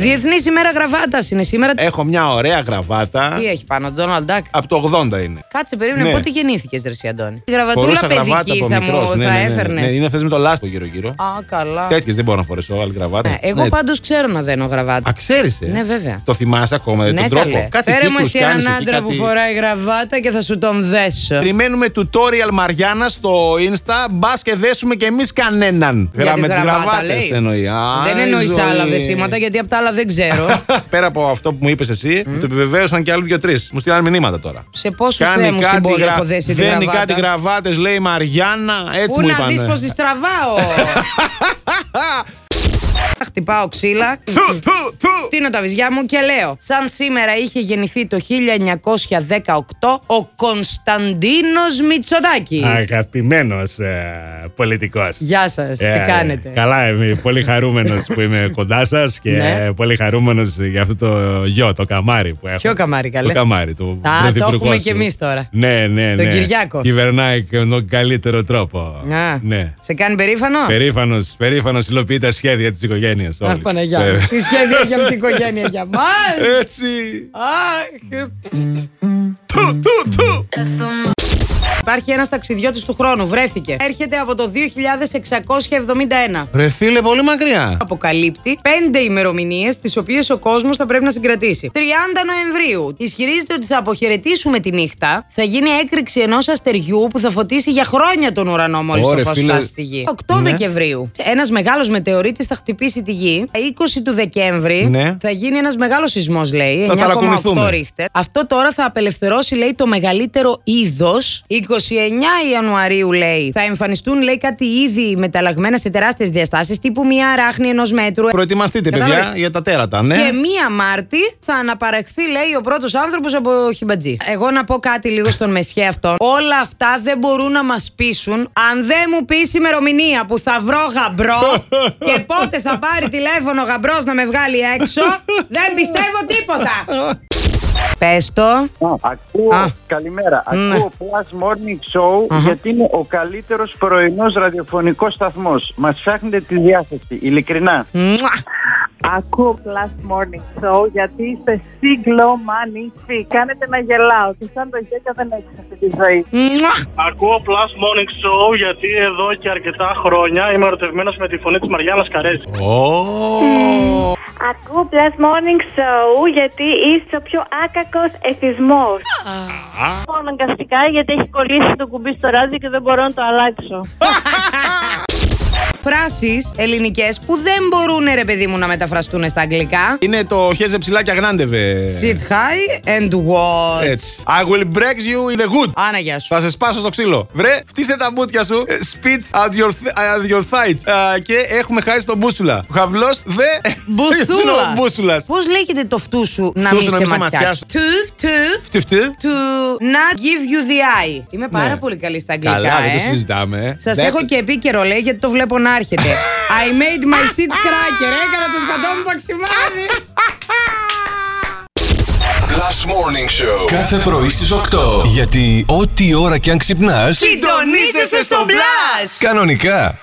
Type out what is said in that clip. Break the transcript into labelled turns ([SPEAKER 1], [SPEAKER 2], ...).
[SPEAKER 1] Διεθνής ημέρα γραβάτας είναι σήμερα.
[SPEAKER 2] Έχω μια ωραία γραβάτα.
[SPEAKER 1] Τι έχει πάνω, Ντόναλντ Ντάκ.
[SPEAKER 2] Από το 80 είναι.
[SPEAKER 1] Κάτσε, περίμενε
[SPEAKER 2] Ναι.
[SPEAKER 1] πότε γεννήθηκες, Δρεσί Αντώνη. Τη γραβατούλα
[SPEAKER 2] Φορούσα γραβάτα
[SPEAKER 1] παιδική
[SPEAKER 2] από
[SPEAKER 1] θα
[SPEAKER 2] μικρό.
[SPEAKER 1] μου
[SPEAKER 2] Ναι,
[SPEAKER 1] θα
[SPEAKER 2] ναι, ναι,
[SPEAKER 1] έφερνες.
[SPEAKER 2] ναι. Είναι αυτέ με το λάστο γύρω-γύρω.
[SPEAKER 1] Α, καλά.
[SPEAKER 2] Τέτοιες δεν μπορώ να φορέσω άλλη γραβάτα.
[SPEAKER 1] Ναι, εγώ
[SPEAKER 2] Ναι.
[SPEAKER 1] πάντως ξέρω να δένω γραβάτα.
[SPEAKER 2] Α, ξέρεις.
[SPEAKER 1] Ναι, βέβαια.
[SPEAKER 2] Το θυμάσαι ακόμα, δεν
[SPEAKER 1] ναι,
[SPEAKER 2] τον τρόπο.
[SPEAKER 1] καλέ.
[SPEAKER 2] Κάτι
[SPEAKER 1] Φέρε μου
[SPEAKER 2] κύκλους
[SPEAKER 1] εσύ έναν
[SPEAKER 2] κάνεις εκεί,
[SPEAKER 1] άντρα που
[SPEAKER 2] κάτι-
[SPEAKER 1] φοράει γραβάτα και θα σου τον δέσω.
[SPEAKER 2] Περιμένουμε tutorial Μαριάννα στο Insta. Μπας και δέσουμε κι εμείς κανέναν.
[SPEAKER 1] Για τη
[SPEAKER 2] Γράμμες τις
[SPEAKER 1] γραβάτα,
[SPEAKER 2] γραβάτες
[SPEAKER 1] λέει.
[SPEAKER 2] εννοεί. Α,
[SPEAKER 1] Δεν
[SPEAKER 2] η
[SPEAKER 1] εννοεί
[SPEAKER 2] ζωή.
[SPEAKER 1] άλλα δεσίματα γιατί απ' τα άλλα δεν ξέρω.
[SPEAKER 2] Πέρα από αυτό που μου είπες εσύ, μου το επιβεβαίωσαν και άλλοι δύο-τρει. Μου στείλαν μηνύματα τώρα.
[SPEAKER 1] Σε πόσους
[SPEAKER 2] Κάνει
[SPEAKER 1] θέμου στην πόλη
[SPEAKER 2] γρα-
[SPEAKER 1] έχω δέσει τη
[SPEAKER 2] Δένει κάτι
[SPEAKER 1] γραβάτα.
[SPEAKER 2] γραβάτες, λέει η Μαριάννα. Έτσι
[SPEAKER 1] Πού
[SPEAKER 2] μου
[SPEAKER 1] να
[SPEAKER 2] είπαν.
[SPEAKER 1] δεις πως τη τραβάω. Χτυπάω ξύλα.
[SPEAKER 2] Φου, φου, φου.
[SPEAKER 1] Τίνω τα βυζιά μου και λέω. Σαν σήμερα είχε γεννηθεί το 1918 ο Κωνσταντίνος Μητσοτάκης.
[SPEAKER 3] Αγαπημένος πολιτικός.
[SPEAKER 1] Γεια σας, τι κάνετε.
[SPEAKER 3] ε, Καλά, είμαι πολύ χαρούμενος που είμαι κοντά σας και
[SPEAKER 1] Ναι.
[SPEAKER 3] πολύ χαρούμενος για αυτό το γιο, το καμάρι που έχω.
[SPEAKER 1] Ποιο καμάρι, καλέ?
[SPEAKER 3] Το καμάρι, το
[SPEAKER 1] Α, το
[SPEAKER 3] πρωθυπουργό
[SPEAKER 1] έχουμε
[SPEAKER 3] σου.
[SPEAKER 1] κι εμείς τώρα.
[SPEAKER 3] Ναι, ναι,
[SPEAKER 1] Τον
[SPEAKER 3] ναι.
[SPEAKER 1] Κυριάκο.
[SPEAKER 3] Κυβερνάει με τον καλύτερο τρόπο.
[SPEAKER 1] Α,
[SPEAKER 3] Ναι.
[SPEAKER 1] Σε κάνει περήφανο.
[SPEAKER 3] Περήφανος, περήφανος υλοποιεί τα σχέδια της οικογένειας
[SPEAKER 1] Αχ,
[SPEAKER 3] όλης.
[SPEAKER 1] Παναγιά. μου.
[SPEAKER 3] Βέβαια.
[SPEAKER 1] Τι σχέδια για αυτήν την οικογένεια για μας.
[SPEAKER 3] Έτσι.
[SPEAKER 1] Αχ. Υπάρχει ένας ταξιδιώτης του χρόνου, βρέθηκε. Έρχεται από το 2671.
[SPEAKER 2] Ρε φίλε, πολύ μακριά.
[SPEAKER 1] αποκαλύπτει πέντε ημερομηνίες τις οποίες ο κόσμος θα πρέπει να συγκρατήσει. 30 Νοεμβρίου. Ισχυρίζεται ότι θα αποχαιρετήσουμε τη νύχτα. Θα γίνει έκρηξη ενός αστεριού που θα φωτίσει για χρόνια τον ουρανό μόλις το
[SPEAKER 2] Ωρε,
[SPEAKER 1] φως
[SPEAKER 2] φίλε.
[SPEAKER 1] φτάσει στη γη. 8
[SPEAKER 2] Ναι.
[SPEAKER 1] Δεκεμβρίου. Ένας μεγάλος μετεωρίτης θα χτυπήσει τη γη. 20 του Δεκέμβρη
[SPEAKER 2] Ναι.
[SPEAKER 1] θα γίνει ένας μεγάλος σεισμός, λέει.
[SPEAKER 2] Θα
[SPEAKER 1] 9,8
[SPEAKER 2] ταρακουνηθούμε.
[SPEAKER 1] ρίχτερ. Αυτό τώρα θα απελευθερώσει, λέει, το μεγαλύτερο είδος. 29 Ιανουαρίου, λέει, θα εμφανιστούν, λέει, κάτι ήδη μεταλλαγμένα σε τεράστιες διαστάσεις, τύπου μια αράχνη ενός μέτρου.
[SPEAKER 2] Προετοιμαστείτε,
[SPEAKER 1] Κατάλαβες.
[SPEAKER 2] παιδιά, για τα τέρατα, ναι.
[SPEAKER 1] Και μία Μάρτη θα αναπαραχθεί, λέει, ο πρώτος άνθρωπος από χιμπατζή. Εγώ να πω κάτι λίγο στον μεσιέ αυτόν. Όλα αυτά δεν μπορούν να μας πείσουν αν δεν μου πεις ημερομηνία που θα βρω γαμπρό και πότε θα πάρει τηλέφωνο γαμπρός να με βγάλει έξω. δεν πιστεύω τίποτα. Πες το.
[SPEAKER 4] Α, Ακούω,
[SPEAKER 1] Α.
[SPEAKER 4] καλημέρα.
[SPEAKER 1] Ναι.
[SPEAKER 4] Ακούω Plus Morning Show γιατί είναι ο καλύτερος πρωινός ραδιοφωνικός σταθμός. Μας φτιάχνετε τη διάθεση, ειλικρινά.
[SPEAKER 1] Μουα.
[SPEAKER 5] Ακούω Plus Morning Show γιατί είστε συγκλωμανικοί. Κάνετε να γελάω και σαν το γέκα δεν έχεις αυτή τη ζωή.
[SPEAKER 1] Μουα.
[SPEAKER 6] Ακούω Plus Morning Show γιατί εδώ και αρκετά χρόνια είμαι ερωτευμένος με τη φωνή της Μαριάννας Καρέζης.
[SPEAKER 7] Ακούω Plus Morning Show γιατί είσαι ο πιο άκακος εθισμός. Ακούω αναγκαστικά γιατί έχει κολλήσει το κουμπί στο ράδιο και δεν μπορώ να το αλλάξω.
[SPEAKER 1] Φράσει ελληνικές που δεν μπορούν, ρε παιδί μου, να μεταφραστούν στα αγγλικά.
[SPEAKER 2] Είναι το χέζε ψηλάκια γράντεβε.
[SPEAKER 1] Sit high and what.
[SPEAKER 2] Ε. Έτσι. I will break you in the good.
[SPEAKER 1] Άνα, γεια σου.
[SPEAKER 2] Θα σε σπάσω στο ξύλο. Βρε, φτύσε τα μπουτια σου. ε, Spit at your, th- at your thighs. Α, και έχουμε χάσει τον μπούσουλα. Have lost the...
[SPEAKER 1] Μπουσούλα.
[SPEAKER 2] Μπούσουλας.
[SPEAKER 1] Πώς λέγεται το φτού σου να
[SPEAKER 2] Φτού
[SPEAKER 1] μην
[SPEAKER 2] σου να
[SPEAKER 1] σε
[SPEAKER 2] μην σε
[SPEAKER 1] ματιάσει.
[SPEAKER 2] ματιάσω.
[SPEAKER 1] Tooth, tooth, to not give you the eye. Είμαι πάρα πολύ καλή στα αγγλικά.
[SPEAKER 2] Ναι. Καλά, δεν το
[SPEAKER 1] ε.
[SPEAKER 2] συζητάμε.
[SPEAKER 1] Σας
[SPEAKER 2] Δεν-
[SPEAKER 1] έχω και επίκαιρο, λέει, γιατί το βλέπω να έρχεται. I made my seat cracker. Έκανα το σκοτό μου παξιμάδι.
[SPEAKER 8] Last Morning Show. Κάθε πρωί στις 8. Γιατί ό,τι ώρα κι αν ξυπνάς,
[SPEAKER 1] Συντονίζεσαι στο μπλα!
[SPEAKER 8] κανονικά.